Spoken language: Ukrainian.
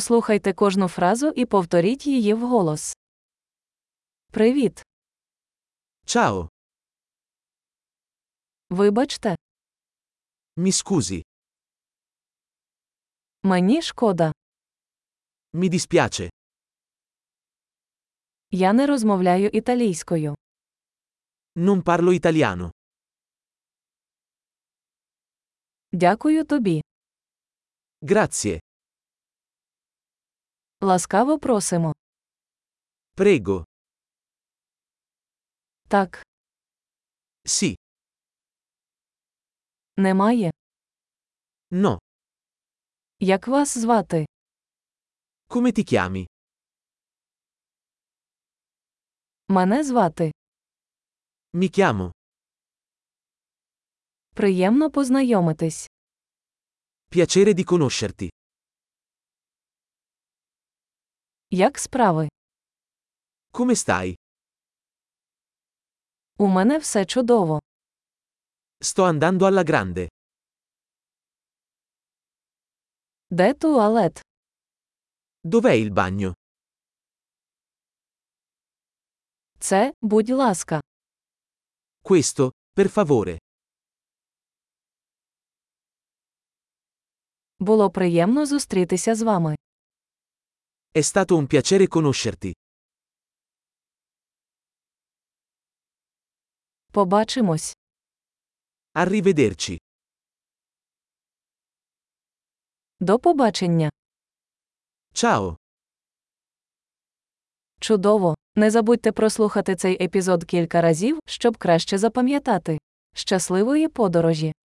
Послухайте кожну фразу і повторіть її вголос. Привіт. Ciao, Вибачте, mi scusi, мені шкода. mi dispiace, Я не розмовляю італійською. non parlo italiano. Дякую тобі. Grazie, Ласкаво просимо. prego, Так, sì, немає. no, Як вас звати? come ti chiami? Мене звати. Mi chiamo, Приємно познайомитись. piacere di conoscerti. Як справи? Come stai? У мене все чудово. Sto andando alla grande. Де туалет? Dov'è il bagno? Це, будь ласка. Questo, per favore. Було приємно зустрітися з вами. È stato un piacere conoscerti. Побачимось. Arrivederci. До побачення. Ciao. Чудово! Не забудьте прослухати цей епізод кілька разів, щоб краще запам'ятати. Щасливої подорожі!